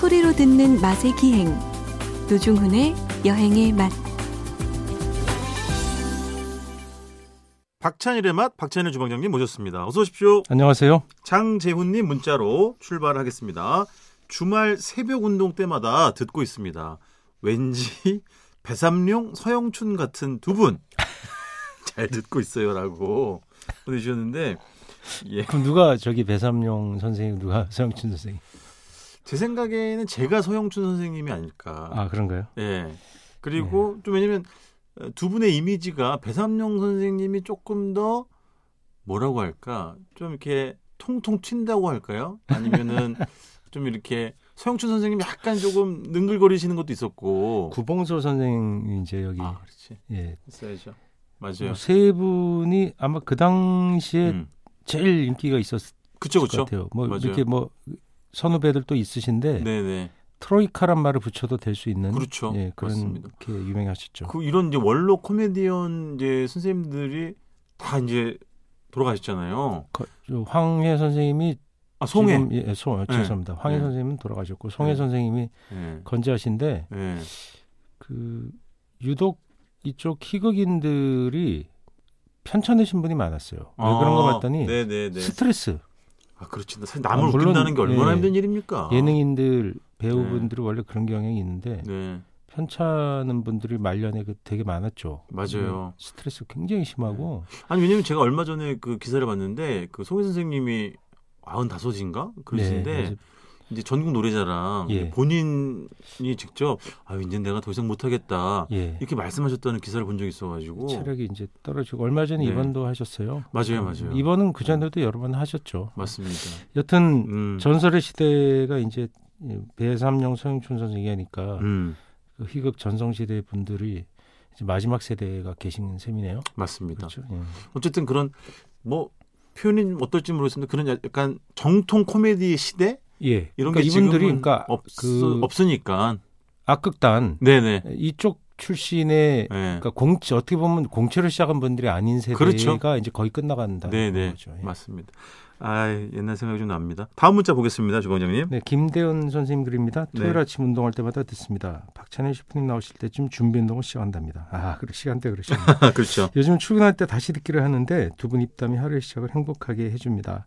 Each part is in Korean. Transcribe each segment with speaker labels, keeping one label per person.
Speaker 1: 소리로 듣는 맛의 기행 노중훈의 여행의 맛
Speaker 2: 박찬일의 맛 박찬일 주방장님 모셨습니다. 어서 오십시오.
Speaker 3: 안녕하세요.
Speaker 2: 장재훈님 문자로 출발하겠습니다. 주말 새벽 운동 때마다 듣고 있습니다. 왠지 배삼룡 서영춘 같은 두 분 잘 듣고 있어요라고 보내주셨는데 예.
Speaker 3: 그럼 누가 저기 배삼룡 선생님 누가 서영춘 선생님?
Speaker 2: 제 생각에는 제가 서영춘 선생님이 아닐까.
Speaker 3: 아 그런가요?
Speaker 2: 예. 그리고
Speaker 3: 네.
Speaker 2: 좀 왜냐면 어, 두 분의 이미지가 배삼룡 선생님이 조금 더 뭐라고 할까? 좀 이렇게 통통 튄다고 할까요? 아니면은 좀 이렇게 서영춘 선생님 이 약간 조금 능글거리시는 것도 있었고.
Speaker 3: 구봉소 선생님 이제 여기
Speaker 2: 아, 그렇지.
Speaker 3: 예.
Speaker 2: 있어야죠. 맞아요.
Speaker 3: 뭐세 분이 아마 그 당시에
Speaker 2: 음.
Speaker 3: 제일 인기가 있었을
Speaker 2: 그쵸,
Speaker 3: 것
Speaker 2: 그쵸.
Speaker 3: 같아요. 뭐
Speaker 2: 맞아요.
Speaker 3: 이렇게 뭐 선후배들도 있으신데
Speaker 2: 네네.
Speaker 3: 트로이카란 말을 붙여도 될 수 있는
Speaker 2: 그렇죠.
Speaker 3: 예, 그런
Speaker 2: 맞습니다.
Speaker 3: 게 유명하셨죠.
Speaker 2: 그 이런 이제 원로 코미디언 이제 선생님들이 다 이제 돌아가셨잖아요.
Speaker 3: 거- 저 황해 선생님이
Speaker 2: 아, 송해.
Speaker 3: 지금- 예, 송 아,
Speaker 2: 네.
Speaker 3: 죄송합니다. 황해
Speaker 2: 네.
Speaker 3: 선생님은 돌아가셨고 송해
Speaker 2: 네.
Speaker 3: 선생님이
Speaker 2: 예.
Speaker 3: 건재하신데
Speaker 2: 예.
Speaker 3: 그 유독 이쪽 희극인들이 편찮으신 분이 많았어요. 왜 그런가 봤더니
Speaker 2: 아, 네네네.
Speaker 3: 스트레스
Speaker 2: 아 그렇지. 사실 남을
Speaker 3: 아, 물론,
Speaker 2: 웃긴다는 게 얼마나
Speaker 3: 예.
Speaker 2: 힘든 일입니까?
Speaker 3: 예능인들 배우분들이 원래 그런 경향이 있는데
Speaker 2: 아. 네
Speaker 3: 편찮은 분들이 말년에 그 되게 많았죠.
Speaker 2: 맞아요. 네,
Speaker 3: 음, 스트레스 굉장히 심하고
Speaker 2: 아니 왜냐면 제가 얼마 전에 그 기사를 봤는데 그 송혜 선생님이 95인가 그러신데
Speaker 3: 네,
Speaker 2: 이제 전국 노래자랑
Speaker 3: 예.
Speaker 2: 이제 본인이 직접 아 이제 내가 더 이상 못하겠다
Speaker 3: 예.
Speaker 2: 이렇게 말씀하셨다는 기사를 본 적이 있어가지고
Speaker 3: 체력이 이제 떨어지고 얼마 전에
Speaker 2: 네.
Speaker 3: 입원도 하셨어요.
Speaker 2: 맞아요, 맞아요.
Speaker 3: 입원은 그 전에도 여러 번 하셨죠.
Speaker 2: 맞습니다.
Speaker 3: 여튼
Speaker 2: 음.
Speaker 3: 전설의 시대가 이제 배삼룡 서영춘 선생이 하니까
Speaker 2: 음,
Speaker 3: 그 희극 전성시대 분들이 이제 마지막 세대가 계신 셈이네요.
Speaker 2: 맞습니다.
Speaker 3: 그렇죠. 예.
Speaker 2: 어쨌든 그런 뭐 표현이 좀 어떨지 모르겠습니다. 그런 약간 정통 코미디 시대
Speaker 3: 예.
Speaker 2: 이런
Speaker 3: 그러니까
Speaker 2: 게 지금은
Speaker 3: 이분들이 그러니까
Speaker 2: 없,
Speaker 3: 그
Speaker 2: 없으니까
Speaker 3: 악극단
Speaker 2: 네네.
Speaker 3: 이쪽
Speaker 2: 네.
Speaker 3: 출신의 그러니까 공 어떻게 보면 공채를 시작한 분들이 아닌 세대가
Speaker 2: 그렇죠.
Speaker 3: 이제 거의 끝나간다.
Speaker 2: 네네
Speaker 3: 거죠. 예.
Speaker 2: 맞습니다. 아 옛날 생각이 좀 납니다. 다음 문자 보겠습니다, 주방장님.
Speaker 3: 네, 김대현 선생님 글입니다. 토요일
Speaker 2: 네.
Speaker 3: 아침 운동할 때마다 듣습니다. 박찬일 셰프님 나오실 때쯤 준비 운동을 시작한답니다. 아, 그래 시간대 그러시네.
Speaker 2: 아, 그렇죠.
Speaker 3: 요즘 출근할 때 다시 듣기를 하는데 두 분 입담이 하루의 시작을 행복하게 해줍니다.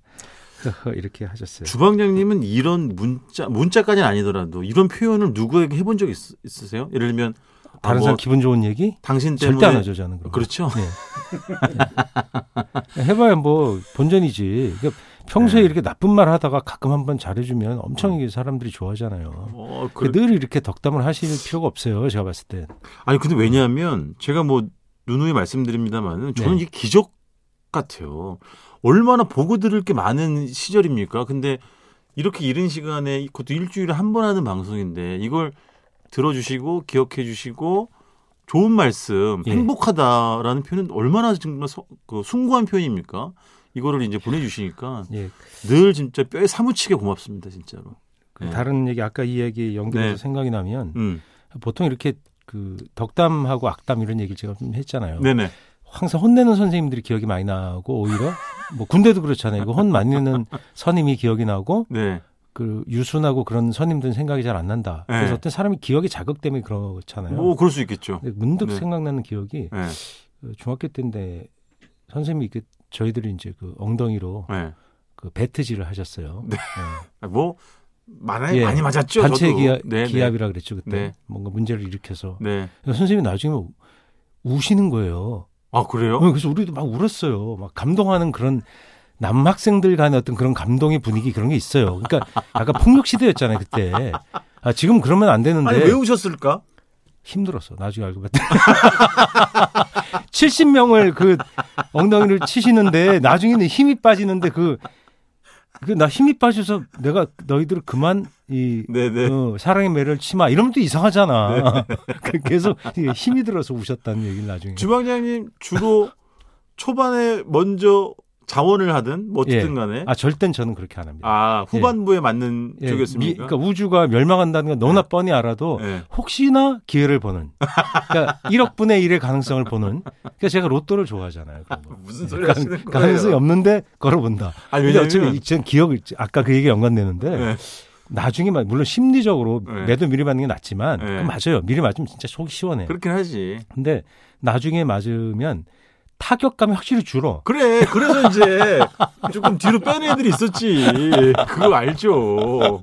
Speaker 3: 허허, 이렇게 하셨어요.
Speaker 2: 주방장님은 이런 문자 문자까지는 아니더라도 이런 표현을 누구에게 해본 적 있, 으세요 예를 들면 아,
Speaker 3: 다른
Speaker 2: 뭐,
Speaker 3: 사람 기분 좋은 얘기?
Speaker 2: 당신 때문에
Speaker 3: 절대 안 하죠, 저는 그런 거.
Speaker 2: 그렇죠.
Speaker 3: 해봐야 뭐 본전이지. 그러니까 평소에
Speaker 2: 네.
Speaker 3: 이렇게 나쁜 말 하다가 가끔 한번 잘해주면 엄청 이게 사람들이 좋아하잖아요.
Speaker 2: 어, 그,
Speaker 3: 그늘 이렇게 덕담을 하실 필요가 없어요. 제가 봤을 때.
Speaker 2: 아니 근데 왜냐하면 제가 뭐 누누이 말씀드립니다만은 저는
Speaker 3: 네.
Speaker 2: 이게 기적 같아요. 얼마나 보고 들을 게 많은 시절입니까? 근데 이렇게 이른 시간에 그것도 일주일에 한 번 하는 방송인데 이걸 들어주시고 기억해 주시고 좋은 말씀,
Speaker 3: 예.
Speaker 2: 행복하다라는 표현은 얼마나 정말 서- 그 숭고한 표현입니까? 이거를 이제 보내주시니까
Speaker 3: 예.
Speaker 2: 늘 진짜 뼈에 사무치게 고맙습니다, 진짜로.
Speaker 3: 그
Speaker 2: 네.
Speaker 3: 다른 얘기 아까 이 얘기 연결해서
Speaker 2: 네.
Speaker 3: 생각이 나면
Speaker 2: 음,
Speaker 3: 보통 이렇게 그 덕담하고 악담 이런 얘기를 제가 좀 했잖아요.
Speaker 2: 네네.
Speaker 3: 항상 혼내는 선생님들이 기억이 많이 나고 오히려 뭐 군대도 그렇잖아요. 그 혼 많이 내는 선임이 기억이 나고
Speaker 2: 네.
Speaker 3: 그 유순하고 그런 선임들은 생각이 잘 안 난다. 그래서
Speaker 2: 네.
Speaker 3: 어떤 사람이 기억의 자극 때문에 그렇잖아요.
Speaker 2: 뭐 그럴 수 있겠죠.
Speaker 3: 근데 문득
Speaker 2: 네.
Speaker 3: 생각나는 기억이
Speaker 2: 네.
Speaker 3: 그 중학교 때인데 선생님이 그 저희들이 이제 그 엉덩이로
Speaker 2: 네.
Speaker 3: 그 배트질을 하셨어요.
Speaker 2: 네.
Speaker 3: 예.
Speaker 2: 아, 뭐 많이
Speaker 3: 예.
Speaker 2: 많이 맞았죠.
Speaker 3: 단체
Speaker 2: 저도.
Speaker 3: 기합,
Speaker 2: 네,
Speaker 3: 기합이라 그랬죠 그때
Speaker 2: 네.
Speaker 3: 뭔가 문제를 일으켜서
Speaker 2: 네. 네.
Speaker 3: 선생님이 나중에 우- 우시는 거예요.
Speaker 2: 아 그래요?
Speaker 3: 어, 그래서 우리도 막 울었어요. 막 감동하는 그런 남학생들 간의 어떤 그런 감동의 분위기 그런 게 있어요. 그러니까 약간 폭력 시대였잖아요 그때. 아 지금 그러면 안 되는데
Speaker 2: 아니 왜 우셨을까?
Speaker 3: 힘들었어. 나중에 알고 봤더니 70명을 그 엉덩이를 치시는데 나중에는 힘이 빠지는데 그 그 나 힘이 빠져서 내가 너희들을 그만 이
Speaker 2: 네네. 네.
Speaker 3: 어, 사랑의 매를 치마 이러면 또 이상하잖아. 그 계속 이게 힘이 들어서 우셨다는 얘기를 나중에.
Speaker 2: 주방장님 주로 초반에 먼저 자원을 하든 뭐 어쨌든
Speaker 3: 예.
Speaker 2: 간에
Speaker 3: 아 절대 저는 그렇게 안 합니다.
Speaker 2: 아, 후반부에 맞는
Speaker 3: 예, 미-
Speaker 2: 쪽이었습니까?
Speaker 3: 그러니까 뭐 우주가 멸망한다는 건 너나 뻔히 알아도
Speaker 2: 예.
Speaker 3: 혹시나 기회를 보는. 그러니까 1억 분의 1의 가능성을 보는. 그러니까 제가 로또를 좋아하잖아요. 그런 거.
Speaker 2: 무슨 소리 하시는 거예요?
Speaker 3: 가능성이 없는데 걸어본다.
Speaker 2: 아니
Speaker 3: 근데
Speaker 2: 왜냐면
Speaker 3: 어차피 전 기억을 아까 그 얘기 연관되는데
Speaker 2: 네.
Speaker 3: 나중에 막 물론 심리적으로
Speaker 2: 네.
Speaker 3: 매도 미리 맞는 게 낫지만
Speaker 2: 네.
Speaker 3: 그건 맞아요. 미리 맞으면 진짜 속이 시원해요.
Speaker 2: 그렇긴 하지.
Speaker 3: 근데 나중에 맞으면 타격감이 확실히 줄어.
Speaker 2: 그래, 그래서 이제 조금 뒤로 빼는 애들이 있었지. 그거 알죠.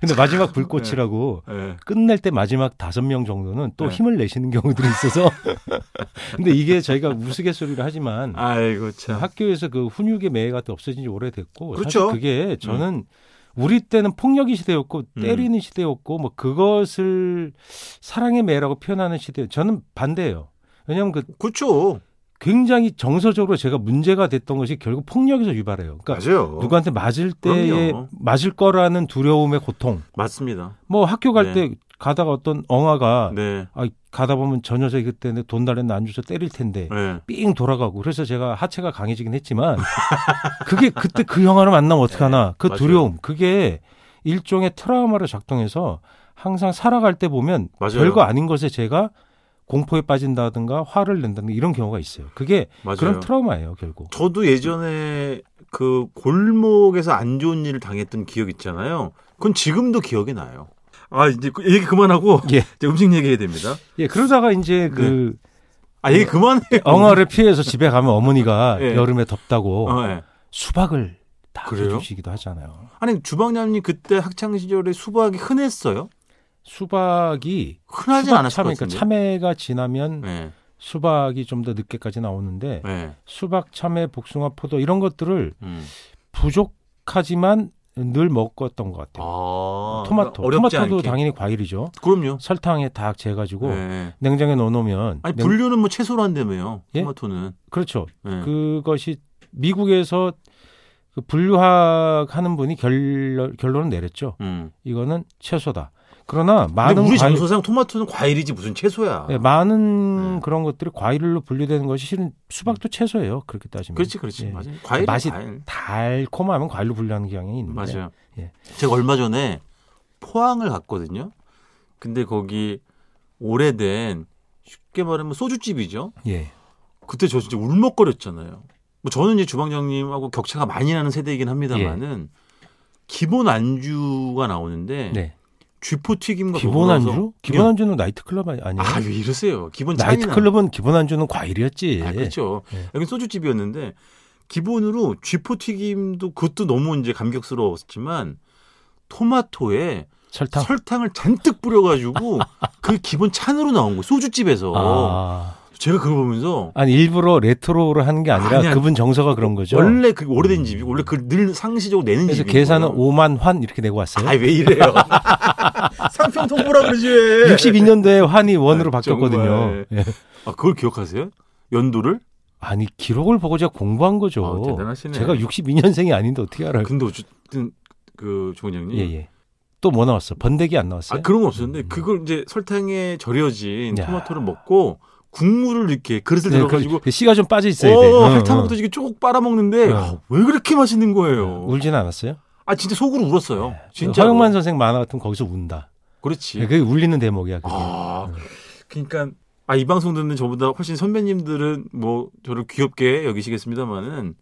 Speaker 3: 근데 마지막
Speaker 2: 그렇죠.
Speaker 3: 불꽃이라고
Speaker 2: 예.
Speaker 3: 끝낼 때 마지막 다섯 명 정도는 또
Speaker 2: 네.
Speaker 3: 힘을 내시는 경우들이 있어서 근데 이게 저희가 우스갯소리를 하지만
Speaker 2: 아이고, 참.
Speaker 3: 학교에서 그 훈육의 매해가 없어진 지 오래됐고
Speaker 2: 그렇죠.
Speaker 3: 사실 그게 저는 우리 때는 폭력이 시대였고
Speaker 2: 음.
Speaker 3: 때리는 시대였고 뭐 그것을 사랑의 매라고 표현하는 시대 저는 반대예요. 왜냐하면 그
Speaker 2: 그쵸.
Speaker 3: 굉장히 정서적으로 제가 문제가 됐던 것이 결국 폭력에서 유발해요. 그러니까
Speaker 2: 맞아요.
Speaker 3: 누구한테 맞을 때에
Speaker 2: 그럼요.
Speaker 3: 맞을 거라는 두려움의 고통.
Speaker 2: 맞습니다.
Speaker 3: 뭐 학교 갈 때
Speaker 2: 네.
Speaker 3: 가다가 어떤 엉아가
Speaker 2: 네.
Speaker 3: 아, 가다 보면 저 녀석이 그때 내 돈 달랬는데 안 줘서 때릴 텐데
Speaker 2: 네.
Speaker 3: 삥 돌아가고 그래서 제가 하체가 강해지긴 했지만 그게 그때 그 영화를 만나면 어떡하나
Speaker 2: 네,
Speaker 3: 그
Speaker 2: 맞아요.
Speaker 3: 두려움 그게 일종의 트라우마로 작동해서 항상 살아갈 때 보면
Speaker 2: 맞아요.
Speaker 3: 별거 아닌 것에 제가 공포에 빠진다든가 화를 낸다든가 이런 경우가 있어요. 그게
Speaker 2: 맞아요.
Speaker 3: 그런 트라우마예요 결국.
Speaker 2: 저도 예전에 그 골목에서 안 좋은 일을 당했던 기억 있잖아요. 그건 지금도 기억이 나요. 아, 이제 그 얘기 그만하고
Speaker 3: 예.
Speaker 2: 이제 음식 얘기해야 됩니다.
Speaker 3: 예 그러다가
Speaker 2: 네.
Speaker 3: 이제 그
Speaker 2: 아, 얘기 그만해.
Speaker 3: 엉아를 피해서 집에 가면 어머니가
Speaker 2: 예.
Speaker 3: 여름에 덥다고
Speaker 2: 어, 예.
Speaker 3: 수박을 다
Speaker 2: 그래요?
Speaker 3: 해주시기도 하잖아요.
Speaker 2: 아니, 주방장님 그때 학창 시절에 수박이 흔했어요?
Speaker 3: 수박이
Speaker 2: 흔하진
Speaker 3: 수박
Speaker 2: 않았을
Speaker 3: 참외,
Speaker 2: 것
Speaker 3: 그러니까
Speaker 2: 같은데.
Speaker 3: 참외가 지나면
Speaker 2: 예.
Speaker 3: 수박이 좀 더 늦게까지 나오는데
Speaker 2: 예.
Speaker 3: 수박, 참외, 복숭아, 포도 이런 것들을
Speaker 2: 음.
Speaker 3: 부족하지만 늘 먹었던 것 같아요.
Speaker 2: 아,
Speaker 3: 토마토,
Speaker 2: 어렵지
Speaker 3: 토마토도
Speaker 2: 않게.
Speaker 3: 당연히 과일이죠.
Speaker 2: 그럼요.
Speaker 3: 설탕에 다 재가지고
Speaker 2: 예.
Speaker 3: 냉장에 넣어놓으면
Speaker 2: 아니
Speaker 3: 냉-
Speaker 2: 분류는 뭐 채소로 한다며요.
Speaker 3: 예?
Speaker 2: 토마토는.
Speaker 3: 그렇죠.
Speaker 2: 예.
Speaker 3: 그것이 미국에서 그 분류학 하는 분이 결론, 결론을 내렸죠.
Speaker 2: 음.
Speaker 3: 이거는 채소다. 그러나
Speaker 2: 근데
Speaker 3: 많은
Speaker 2: 우리
Speaker 3: 과일,
Speaker 2: 장소상 토마토는 과일이지 무슨 채소야.
Speaker 3: 네, 많은
Speaker 2: 네. 음.
Speaker 3: 그런 것들이 과일로 분류되는 것이 실은 수박도 채소예요. 그렇게 따지면.
Speaker 2: 그렇지, 그렇지.
Speaker 3: 예.
Speaker 2: 맞아요. 과일
Speaker 3: 맛이
Speaker 2: 과일.
Speaker 3: 달콤하면 과일로 분류하는 경향이 있는데.
Speaker 2: 맞아요.
Speaker 3: 예.
Speaker 2: 제가 얼마 전에 포항을 갔거든요. 근데 거기 오래된 쉽게 말하면 소주집이죠.
Speaker 3: 예.
Speaker 2: 그때 저 진짜 울먹거렸잖아요. 뭐 저는 이제 주방장님하고 격차가 많이 나는 세대이긴 합니다만은 기본 안주가 나오는데
Speaker 3: 예. 네.
Speaker 2: 쥐포 튀김과
Speaker 3: 기본 안주? 기본
Speaker 2: 안주
Speaker 3: 안주는 나이트클럽 아니- 아니에요?
Speaker 2: 아, 왜 이러세요? 기본 잔이나.
Speaker 3: 나이트클럽은 기본 안주는 과일이었지.
Speaker 2: 아, 그렇죠.
Speaker 3: 예.
Speaker 2: 여기 소주집이었는데 기본으로 쥐포 튀김도 그것도 너무 이제 감격스러웠지만 토마토에
Speaker 3: 설탕.
Speaker 2: 설탕을 잔뜩 뿌려가지고 그 기본 찬으로 나온 거예요. 소주집에서
Speaker 3: 아.
Speaker 2: 제가 그걸 보면서
Speaker 3: 아니 일부러 레트로를 하는 게 아니라
Speaker 2: 아니야.
Speaker 3: 그분 정서가 그런 거죠. 음.
Speaker 2: 원래 그 오래된 집이 원래 그 늘 상시적으로 내는
Speaker 3: 그래서
Speaker 2: 집이
Speaker 3: 계산은 5만 환 이렇게 내고 왔어요.
Speaker 2: 아왜 이래요? 상평 통보라 그러지 왜?
Speaker 3: 62년도에 환이 원으로
Speaker 2: 아,
Speaker 3: 바뀌었거든요.
Speaker 2: 정말.
Speaker 3: 예.
Speaker 2: 아 그걸 기억하세요? 연도를?
Speaker 3: 아니 기록을 보고 제가 공부한 거죠.
Speaker 2: 아, 대단하시네.
Speaker 3: 제가 62년생이 아닌데 어떻게 알아요?
Speaker 2: 근데 어쨌든 그 조원장님
Speaker 3: 예, 예. 또 뭐 나왔어? 번데기 안 나왔어요?
Speaker 2: 아, 그런 거 없었는데
Speaker 3: 음.
Speaker 2: 그걸 이제 설탕에 절여진
Speaker 3: 야.
Speaker 2: 토마토를 먹고 국물을 이렇게 그릇을
Speaker 3: 네,
Speaker 2: 들어가지고
Speaker 3: 그 씨가 좀 빠져 있어야 돼.
Speaker 2: 어,
Speaker 3: 응,
Speaker 2: 핥아
Speaker 3: 응.
Speaker 2: 먹듯이 이렇게 쭉 빨아 먹는데
Speaker 3: 어.
Speaker 2: 왜 그렇게 맛있는 거예요?
Speaker 3: 울진 않았어요?
Speaker 2: 아 진짜 속으로 울었어요. 진짜
Speaker 3: 허영만 선생 만화 같은 거 거기서 운다.
Speaker 2: 그렇지.
Speaker 3: 그게 울리는 대목이야. 그게.
Speaker 2: 아 그러니까 아 이 방송 듣는 저보다 훨씬 선배님들은 뭐 저를 귀엽게 여기시겠습니다만은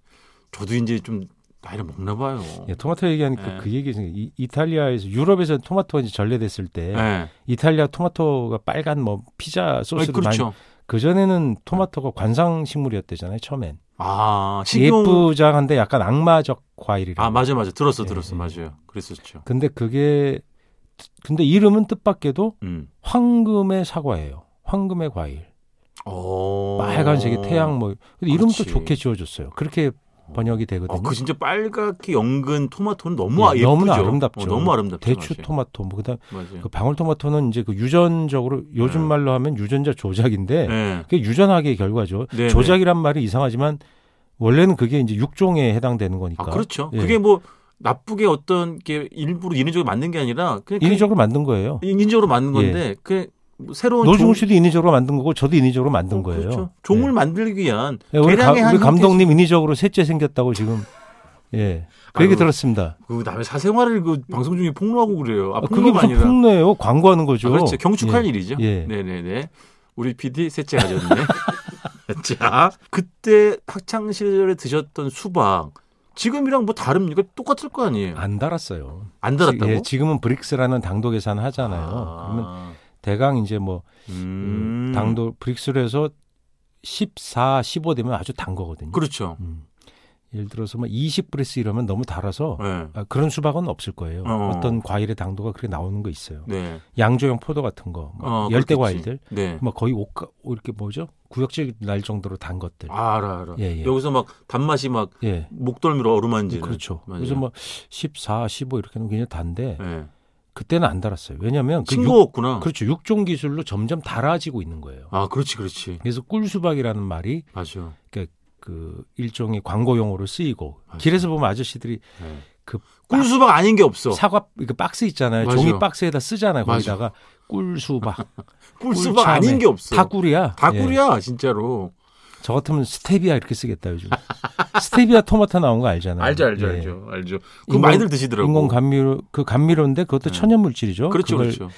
Speaker 2: 저도 이제 좀 나이를 먹나 봐요.
Speaker 3: 예, 토마토 얘기하니까
Speaker 2: 예.
Speaker 3: 그 얘기 중에 이- 이탈리아에서 유럽에서 토마토가 이제 전래됐을 때
Speaker 2: 네.
Speaker 3: 이탈리아 토마토가 빨간 뭐 피자 소스로 많이
Speaker 2: 그렇죠.
Speaker 3: 그 전에는 토마토가 관상 식물이었대잖아요 처음엔
Speaker 2: 아 식용
Speaker 3: 예쁘장한데 약간 악마적 과일이라.
Speaker 2: 아 맞아 맞아 들었어
Speaker 3: 예,
Speaker 2: 들었어
Speaker 3: 예.
Speaker 2: 맞아요. 그랬었죠.
Speaker 3: 근데 그게 근데 이름은 뜻밖에도
Speaker 2: 음.
Speaker 3: 황금의 사과예요. 황금의 과일.
Speaker 2: 어.
Speaker 3: 빨간색의 태양 뭐 근데 이름은 또
Speaker 2: 그렇지.
Speaker 3: 좋게 지어줬어요. 그렇게 번역이 되거든요.
Speaker 2: 어, 그 진짜 빨갛게 연근 토마토는 너무
Speaker 3: 예,
Speaker 2: 예쁘죠.
Speaker 3: 너무나 아름답죠.
Speaker 2: 어, 너무 아름답죠.
Speaker 3: 대추 토마토 뭐 그다음
Speaker 2: 맞아요. 맞아요.
Speaker 3: 그 방울토마토는 이제 그 유전적으로 요즘
Speaker 2: 예. 네.
Speaker 3: 말로 하면 유전자 조작인데
Speaker 2: 네.
Speaker 3: 그게 유전학의 결과죠.
Speaker 2: 네,
Speaker 3: 조작이란 말이 이상하지만 원래는 그게 이제 육종에 해당되는 거니까.
Speaker 2: 아 그렇죠.
Speaker 3: 예.
Speaker 2: 그게 뭐 나쁘게 어떤 게 일부러 인위적으로 만든 게 아니라 그냥 그-
Speaker 3: 인위적으로 만든 거예요.
Speaker 2: 인위적으로 만든 건데 그뭐 새로운 종-
Speaker 3: 노중훈 씨도 인위적으로 만든 거고 저도 인위적으로 만든
Speaker 2: 어,
Speaker 3: 거예요.
Speaker 2: 그렇죠. 종을 만들기 위한
Speaker 3: 예. 예, 우리, 가-
Speaker 2: 대량의 한
Speaker 3: 우리 감독님 인위적으로 셋째 생겼다고 지금 예. 그 얘기
Speaker 2: 아유,
Speaker 3: 들었습니다.
Speaker 2: 그 남의 사생활을 그 방송 중에 폭로하고 그래요. 아,
Speaker 3: 아, 그게
Speaker 2: 폭로가
Speaker 3: 무슨
Speaker 2: 아니라
Speaker 3: 폭로예요? 광고하는 거죠.
Speaker 2: 아, 그렇죠. 경축할
Speaker 3: 예.
Speaker 2: 일이죠.
Speaker 3: 예.
Speaker 2: 네네네. 우리 PD 셋째 가졌네. 자, 그때 학창 시절에 드셨던 수박 지금이랑 뭐 다릅니까? 똑같을 거 아니에요.
Speaker 3: 안 달았어요.
Speaker 2: 안 달았다고?
Speaker 3: 예, 지금은 브릭스라는 당도 계산 하잖아요.
Speaker 2: 아,
Speaker 3: 그러면 대강 이제 뭐
Speaker 2: 음.
Speaker 3: 당도 브릭스로 해서 14, 15 되면 아주 단 거거든요.
Speaker 2: 그렇죠.
Speaker 3: 음. 예를 들어서 뭐 20브릭스 이러면 너무 달아서
Speaker 2: 네.
Speaker 3: 아, 그런 수박은 없을 거예요.
Speaker 2: 어.
Speaker 3: 어. 떤 과일의 당도가 그렇게 나오는 거 있어요.
Speaker 2: 네.
Speaker 3: 양조형 포도 같은 거, 뭐
Speaker 2: 어,
Speaker 3: 열대
Speaker 2: 그렇겠지.
Speaker 3: 과일들,
Speaker 2: 네.
Speaker 3: 뭐 거의 옷 이렇게 뭐죠? 구역질 날 정도로 단 것들.
Speaker 2: 아, 알아, 알아.
Speaker 3: 예, 예.
Speaker 2: 여기서 막 단맛이 막
Speaker 3: 예.
Speaker 2: 목덜미로 어루만지는.
Speaker 3: 그렇죠.
Speaker 2: 맞아요.
Speaker 3: 그래서 뭐 14, 15 이렇게는 굉장히 단데
Speaker 2: 예.
Speaker 3: 그때는 안 달았어요. 왜냐하면 그 육-
Speaker 2: 싱거웠구나.
Speaker 3: 그렇죠. 육종 기술로 점점 달아지고 있는 거예요.
Speaker 2: 아, 그렇지, 그렇지.
Speaker 3: 그래서 꿀수박이라는 말이
Speaker 2: 맞아.
Speaker 3: 그 일종의 광고 용어로 쓰이고
Speaker 2: 맞아요.
Speaker 3: 길에서 보면 아저씨들이
Speaker 2: 네.
Speaker 3: 그
Speaker 2: 꿀수박 아닌 게 없어.
Speaker 3: 사과 그 박스 있잖아요.
Speaker 2: 맞아요.
Speaker 3: 종이 박스에다 쓰잖아요.
Speaker 2: 맞아요.
Speaker 3: 거기다가 꿀수박
Speaker 2: 꿀수박
Speaker 3: 꿀참에.
Speaker 2: 아닌 게 없어.
Speaker 3: 다 꿀이야.
Speaker 2: 다
Speaker 3: 예.
Speaker 2: 꿀이야, 진짜로.
Speaker 3: 저 같으면 스테비아 이렇게 쓰겠다 요즘. 스테비아 토마토 나온 거 알잖아요.
Speaker 2: 알죠, 알죠,
Speaker 3: 예.
Speaker 2: 알죠, 알죠. 그거
Speaker 3: 인공-
Speaker 2: 많이들 드시더라고.
Speaker 3: 인공 감미료 그 감미료인데 그것도
Speaker 2: 네.
Speaker 3: 천연 물질이죠.
Speaker 2: 그렇죠,
Speaker 3: 그걸
Speaker 2: 그렇죠.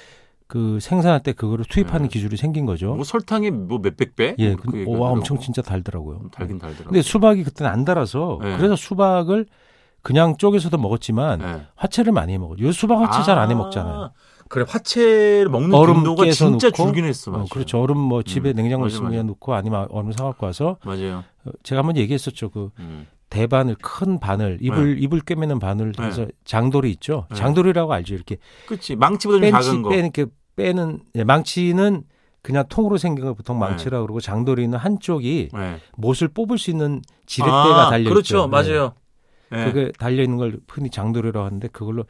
Speaker 3: 그 생산할 때 그거를 투입하는
Speaker 2: 네.
Speaker 3: 기술이 생긴 거죠.
Speaker 2: 뭐 설탕이 뭐 몇백 배?
Speaker 3: 예,
Speaker 2: 그
Speaker 3: 근데
Speaker 2: 얘기가
Speaker 3: 와
Speaker 2: 들어가고.
Speaker 3: 엄청
Speaker 2: 음,
Speaker 3: 진짜 달더라고요.
Speaker 2: 달긴 달더라고.
Speaker 3: 근데 수박이 그때는 안 달아서
Speaker 2: 네.
Speaker 3: 그래서 수박을 그냥 쪼개서도 먹었지만
Speaker 2: 네.
Speaker 3: 화채를 많이 먹었죠. 요 수박 화채 잘 안 해
Speaker 2: 아,
Speaker 3: 먹잖아요.
Speaker 2: 그래 화채를 먹는
Speaker 3: 얼음
Speaker 2: 빈도가
Speaker 3: 깨서
Speaker 2: 진짜
Speaker 3: 넣고,
Speaker 2: 줄긴 했어. 맞아요.
Speaker 3: 어, 그렇죠. 얼음 뭐 집에
Speaker 2: 음,
Speaker 3: 냉장고
Speaker 2: 맞아,
Speaker 3: 있으면
Speaker 2: 맞아.
Speaker 3: 그냥 넣고 아니면 얼음 사갖고 와서
Speaker 2: 맞아요.
Speaker 3: 어, 제가 한번 얘기했었죠. 그
Speaker 2: 음.
Speaker 3: 대바늘 큰 바늘 이불 이불 꿰매는 바늘
Speaker 2: 네.
Speaker 3: 해서 장돌이 있죠.
Speaker 2: 네.
Speaker 3: 장돌이라고 알죠. 이렇게
Speaker 2: 그렇지. 망치보다 좀
Speaker 3: 뺀치
Speaker 2: 작은 거.
Speaker 3: 빼 이렇게 빼는 예, 망치는 그냥 통으로 생긴 걸 보통
Speaker 2: 네.
Speaker 3: 망치라고 그러고 장돌이는 한쪽이
Speaker 2: 네.
Speaker 3: 못을 뽑을 수 있는 지렛대가
Speaker 2: 아,
Speaker 3: 달려
Speaker 2: 그렇죠.
Speaker 3: 있죠. 네.
Speaker 2: 맞아요. 네.
Speaker 3: 그게 달려 있는 걸 흔히 장돌이라고 하는데 그걸로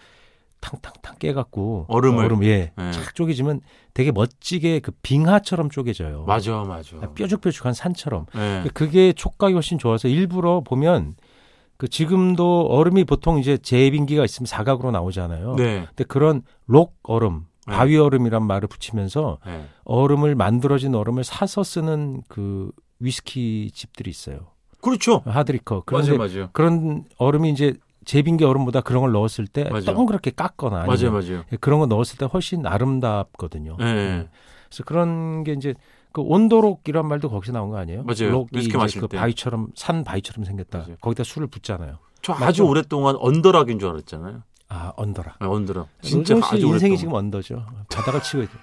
Speaker 3: 탕탕탕 깨갖고
Speaker 2: 얼음을?
Speaker 3: 얼음 예.
Speaker 2: 네.
Speaker 3: 착 쪼개지면 되게 멋지게 그 빙하처럼 쪼개져요.
Speaker 2: 맞아, 맞아.
Speaker 3: 뾰족뾰족한 산처럼.
Speaker 2: 네.
Speaker 3: 그게 촉각이 훨씬 좋아서 일부러 보면 그 지금도 얼음이 보통 이제 재빙기가 있으면 사각으로 나오잖아요.
Speaker 2: 네.
Speaker 3: 근데 그런 록 얼음,
Speaker 2: 네.
Speaker 3: 바위 얼음이란 말을 붙이면서
Speaker 2: 네.
Speaker 3: 얼음을 만들어진 얼음을 사서 쓰는 그 위스키 집들이 있어요.
Speaker 2: 그렇죠.
Speaker 3: 하드리커. 그런데
Speaker 2: 맞아요, 맞아요.
Speaker 3: 그런 얼음이 이제 재빙기 얼음보다 그런 걸 넣었을 때
Speaker 2: 맞아요.
Speaker 3: 동그랗게 깎거나
Speaker 2: 맞아요,
Speaker 3: 아니면
Speaker 2: 맞아요.
Speaker 3: 그런 거 넣었을 때 훨씬 아름답거든요.
Speaker 2: 네.
Speaker 3: 그래서 그런 게 이제 그 온도록 이란 말도 거기서 나온 거 아니에요?
Speaker 2: 맞아요.
Speaker 3: 록이
Speaker 2: 위스키
Speaker 3: 이제
Speaker 2: 마실
Speaker 3: 그
Speaker 2: 때.
Speaker 3: 바위처럼 산 바위처럼 생겼다.
Speaker 2: 맞아요.
Speaker 3: 거기다 술을 붓잖아요.
Speaker 2: 저
Speaker 3: 맞죠?
Speaker 2: 아주 오랫동안 언더락인 줄 알았잖아요.
Speaker 3: 아 언더라.
Speaker 2: 아, 언더락. 진짜
Speaker 3: 네, 노종 씨
Speaker 2: 아주
Speaker 3: 인생이
Speaker 2: 오랫동안.
Speaker 3: 지금 언더죠. 바닥을 치고 있죠.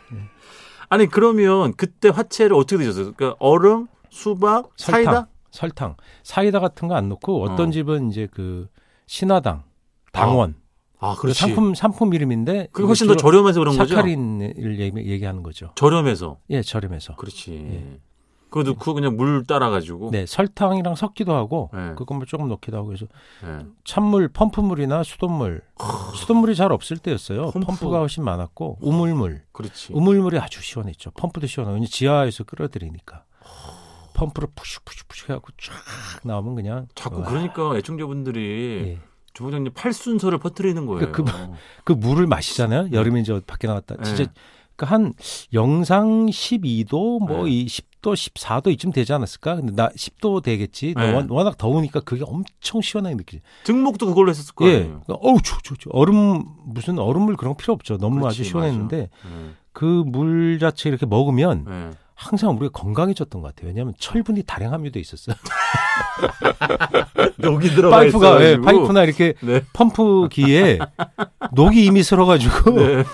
Speaker 2: 아니 그러면 그때 화채를 어떻게 드셨어요? 그러니까 얼음, 수박,
Speaker 3: 설탕,
Speaker 2: 사이다.
Speaker 3: 설탕, 사이다 같은 거 안 넣고 어떤
Speaker 2: 어.
Speaker 3: 집은 이제 그 신화당, 당원,
Speaker 2: 아,
Speaker 3: 그
Speaker 2: 그렇지.
Speaker 3: 상품 상품 이름인데
Speaker 2: 그게 훨씬 더 저렴해서 그런 거죠.
Speaker 3: 사카린을 얘기- 얘기하는 거죠.
Speaker 2: 저렴해서.
Speaker 3: 예, 저렴해서.
Speaker 2: 그렇지.
Speaker 3: 예.
Speaker 2: 그거 넣고 그냥 물 따라가지고.
Speaker 3: 네, 설탕이랑 섞기도 하고
Speaker 2: 네.
Speaker 3: 그건물 조금 넣기도 하고 그래서
Speaker 2: 예.
Speaker 3: 찬물, 펌프물이나 수돗물, 수돗물이 잘 없을 때였어요.
Speaker 2: 펌프.
Speaker 3: 펌프. 가 훨씬 많았고 우물물,
Speaker 2: 그렇지.
Speaker 3: 우물물이 아주 시원했죠. 펌프도 시원하고 왜냐면 지하에서 끌어들이니까 펌프로 푸슉푸슉푸슉 해갖고 쫙 나오면 그냥
Speaker 2: 자꾸
Speaker 3: 와.
Speaker 2: 그러니까 애청자분들이
Speaker 3: 예.
Speaker 2: 주부장님 팔 순서를 퍼뜨리는 거예요.
Speaker 3: 그- 그 물을
Speaker 2: 네.
Speaker 3: 마시잖아요. 여름에 이제 밖에 나갔다. 진짜 그러니까 한 영상 12도 뭐
Speaker 2: 네.
Speaker 3: 이 10도 14도 이쯤 되지 않았을까? 근데 나 10도 되겠지.
Speaker 2: 네.
Speaker 3: 워- 워낙 더우니까 그게 엄청 시원하게 느끼지.
Speaker 2: 등목도 그걸로 했었을 거
Speaker 3: 예.
Speaker 2: 아니에요.
Speaker 3: 그러니까 어우 추워 추워 추워. 얼음 무슨 얼음물 그런 거 필요 없죠. 너무
Speaker 2: 그렇지,
Speaker 3: 아주 시원했는데
Speaker 2: 예.
Speaker 3: 그 물 자체 이렇게 먹으면
Speaker 2: 예.
Speaker 3: 항상 우리가 건강해졌던 것 같아요. 왜냐하면 철분이 다량 함유돼 있었어요.
Speaker 2: 여기 들어가
Speaker 3: 파이프가 예,
Speaker 2: 있어가지고.
Speaker 3: 파이프나 이렇게
Speaker 2: 네.
Speaker 3: 펌프기에 녹이 이미 슬어가지고
Speaker 2: 네.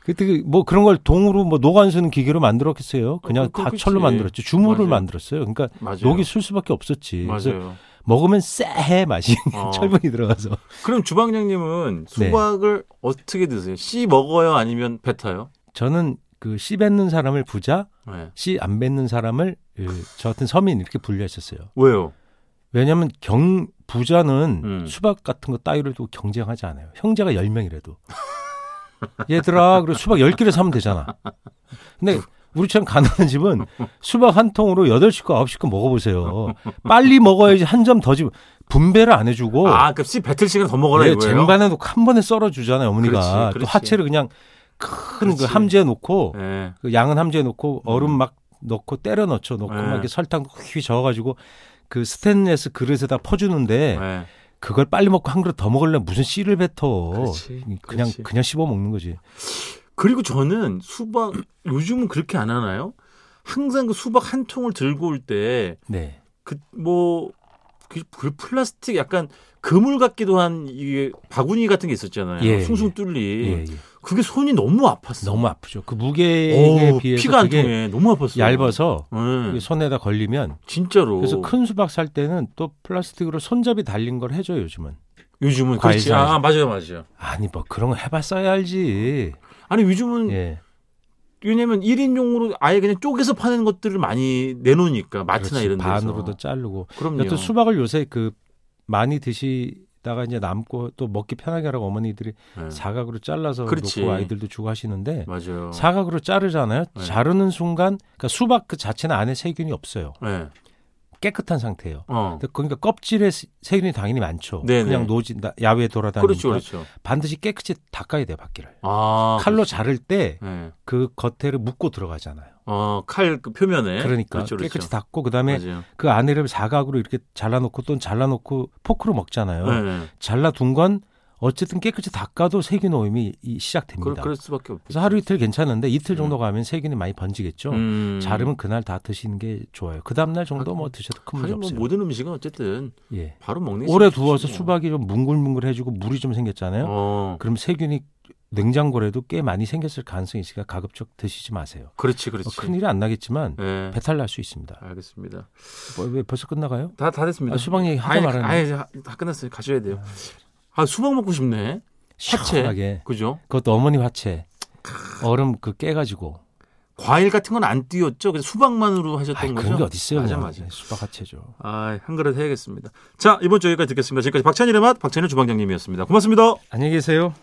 Speaker 3: 그때 그뭐 그런 걸 동으로 뭐 녹안 쓰는 기계로 만들었겠어요. 그냥
Speaker 2: 어, 그-
Speaker 3: 다
Speaker 2: 그치.
Speaker 3: 철로 만들었죠. 주물을
Speaker 2: 맞아요.
Speaker 3: 만들었어요. 그러니까
Speaker 2: 맞아요.
Speaker 3: 녹이 쓸 수밖에 없었지. 그래서
Speaker 2: 맞아요.
Speaker 3: 먹으면 쎄해 맛이
Speaker 2: 어.
Speaker 3: 철분이 들어가서.
Speaker 2: 그럼
Speaker 3: 네.
Speaker 2: 주방장님은 수박을 어떻게 드세요? 씨 먹어요? 아니면 뱉어요?
Speaker 3: 저는 그 씨 뱉는 사람을 부자,
Speaker 2: 네.
Speaker 3: 씨 안 뱉는 사람을 그, 저 같은 서민 이렇게 분류했었어요.
Speaker 2: 왜요?
Speaker 3: 왜냐하면 경 부자는
Speaker 2: 음.
Speaker 3: 수박 같은 거 따위를 두고 경쟁하지 않아요. 형제가 10명이라도. 얘들아, 그리고 수박 10개를 사면 되잖아. 근데 우리처럼 가난한 집은 수박 한 통으로 8씩 거 9씩 거 먹어보세요. 빨리 먹어야지 한 점 더 집. 분배를 안 해주고.
Speaker 2: 아, 그럼 씨 뱉을 시간 더 먹어라
Speaker 3: 예,
Speaker 2: 이거예요?
Speaker 3: 쟁반에 놓고 한 번에 썰어주잖아요, 어머니가.
Speaker 2: 그렇지, 그렇지.
Speaker 3: 또 화채를 그냥 큰 그
Speaker 2: 그렇지.
Speaker 3: 함지에 놓고,
Speaker 2: 예.
Speaker 3: 그 양은 함지에 놓고, 얼음
Speaker 2: 음.
Speaker 3: 막 넣고, 때려 넣죠. 넣고,
Speaker 2: 네.
Speaker 3: 막 이렇게 설탕 휘 저어가지고, 그 스테인레스 그릇에다 퍼주는데,
Speaker 2: 예.
Speaker 3: 그걸 빨리 먹고 한 그릇 더 먹으려면 무슨 씨를 뱉어.
Speaker 2: 그렇지,
Speaker 3: 그냥
Speaker 2: 그렇지.
Speaker 3: 그냥 씹어 먹는 거지.
Speaker 2: 그리고 저는 수박 요즘은 그렇게 안 하나요? 항상 그 수박 한 통을 들고 올 때
Speaker 3: 네.
Speaker 2: 그 뭐 그, 그 플라스틱 약간 그물 같기도 한 이게 바구니 같은 게 있었잖아요.
Speaker 3: 예,
Speaker 2: 숭숭
Speaker 3: 예.
Speaker 2: 뚫린.
Speaker 3: 예, 예.
Speaker 2: 그게 손이 너무 아팠어.
Speaker 3: 너무 아프죠. 그 무게에
Speaker 2: 어우,
Speaker 3: 비해서
Speaker 2: 피가 안
Speaker 3: 그게
Speaker 2: 통해. 너무 아팠어.
Speaker 3: 얇아서
Speaker 2: 예,
Speaker 3: 이게 손에다 걸리면
Speaker 2: 진짜로.
Speaker 3: 그래서 큰 수박 살 때는 또 플라스틱으로 손잡이 달린 걸 해줘요 요즘은.
Speaker 2: 요즘은
Speaker 3: 과일
Speaker 2: 그렇지.
Speaker 3: 사이즈.
Speaker 2: 아 맞아요, 맞아요.
Speaker 3: 아니 뭐 그런 거 해봤어야 알지.
Speaker 2: 아니 요즘은
Speaker 3: 예.
Speaker 2: 왜냐면 1인용으로 아예 그냥 쪼개서 파는 것들을 많이 내놓으니까 마트나
Speaker 3: 그렇지.
Speaker 2: 이런 데서.
Speaker 3: 반으로도 자르고.
Speaker 2: 그럼요.
Speaker 3: 여튼 수박을 요새 그 많이 드시다가 이제 남고 또 먹기 편하게 하라고 어머니들이
Speaker 2: 예,
Speaker 3: 사각으로 잘라서
Speaker 2: 그렇지.
Speaker 3: 놓고 아이들도 주고 하시는데
Speaker 2: 맞아요.
Speaker 3: 사각으로 자르잖아요.
Speaker 2: 네.
Speaker 3: 자르는 순간 그러니까 수박 그 자체는 안에 세균이 없어요.
Speaker 2: 예.
Speaker 3: 깨끗한 상태예요.
Speaker 2: 어.
Speaker 3: 근데 그러니까 껍질에 세- 세균이 당연히 많죠.
Speaker 2: 네네.
Speaker 3: 그냥 노지 나- 야외에 돌아다니니까
Speaker 2: 그렇죠, 그렇죠.
Speaker 3: 반드시 깨끗이 닦아야 돼요 바퀴를.
Speaker 2: 아
Speaker 3: 칼로 자를 때 그
Speaker 2: 그렇죠. 예.
Speaker 3: 겉에를 묶고 들어가잖아요.
Speaker 2: 어, 칼그 표면에.
Speaker 3: 그러니까
Speaker 2: 그렇죠, 그렇죠.
Speaker 3: 깨끗이 닦고 그다음에
Speaker 2: 맞아요.
Speaker 3: 그 안에를 사각으로 이렇게 잘라놓고 또는 잘라놓고 포크로 먹잖아요.
Speaker 2: 예, 예.
Speaker 3: 잘라둔 건 어쨌든 깨끗이 닦아도 세균 오염이 이-
Speaker 2: 그럴,
Speaker 3: 시작됩니다.
Speaker 2: 그럴 수밖에 없죠.
Speaker 3: 그래서 하루 이틀 괜찮은데 이틀
Speaker 2: 음.
Speaker 3: 정도 가면 세균이 많이 번지겠죠.
Speaker 2: 음.
Speaker 3: 그렇죠. 자르면 그날 다 드시는 게 좋아요. 그 다음날 정도 뭐 드셔도 큰 문제
Speaker 2: 하긴 뭐
Speaker 3: 없어요.
Speaker 2: 모든 음식은 어쨌든
Speaker 3: 예.
Speaker 2: 바로 먹는 게
Speaker 3: 오래
Speaker 2: 제일
Speaker 3: 두어서
Speaker 2: 좋죠.
Speaker 3: 수박이 좀 뭉글뭉글해지고 물이 좀 생겼잖아요.
Speaker 2: 어.
Speaker 3: 그럼 세균이 냉장고에도 꽤 많이 생겼을 가능성이 있으니까 가급적 드시지 마세요.
Speaker 2: 그렇지,
Speaker 3: 뭐
Speaker 2: 그렇지.
Speaker 3: 큰일이 안 나겠지만
Speaker 2: 예.
Speaker 3: 배탈 날 수 있습니다.
Speaker 2: 알겠습니다.
Speaker 3: 뭐, 왜 벌써 끝나가요?
Speaker 2: 다, 다 됐습니다.
Speaker 3: 아, 수박 얘기 하다
Speaker 2: 아예,
Speaker 3: 말았는데
Speaker 2: 아예 다, 다 끝났어요. 가셔야 돼요. 아, 수박 먹고 싶네.
Speaker 3: 시원하게
Speaker 2: 그죠?
Speaker 3: 그것도 어머니 화채 얼음 그 깨가지고
Speaker 2: 과일 같은 건 안 띄웠죠. 그래서 수박만으로 하셨던
Speaker 3: 아이,
Speaker 2: 거죠.
Speaker 3: 그런 게 어딨어요
Speaker 2: 맞아,
Speaker 3: 그냥. 네,
Speaker 2: 맞아.
Speaker 3: 수박 화채죠.
Speaker 2: 아, 한 그릇 해야겠습니다. 자, 이번 주 여기까지 듣겠습니다. 지금까지 박찬일의 맛, 박찬일 주방장님이었습니다. 고맙습니다.
Speaker 3: 안녕히 계세요.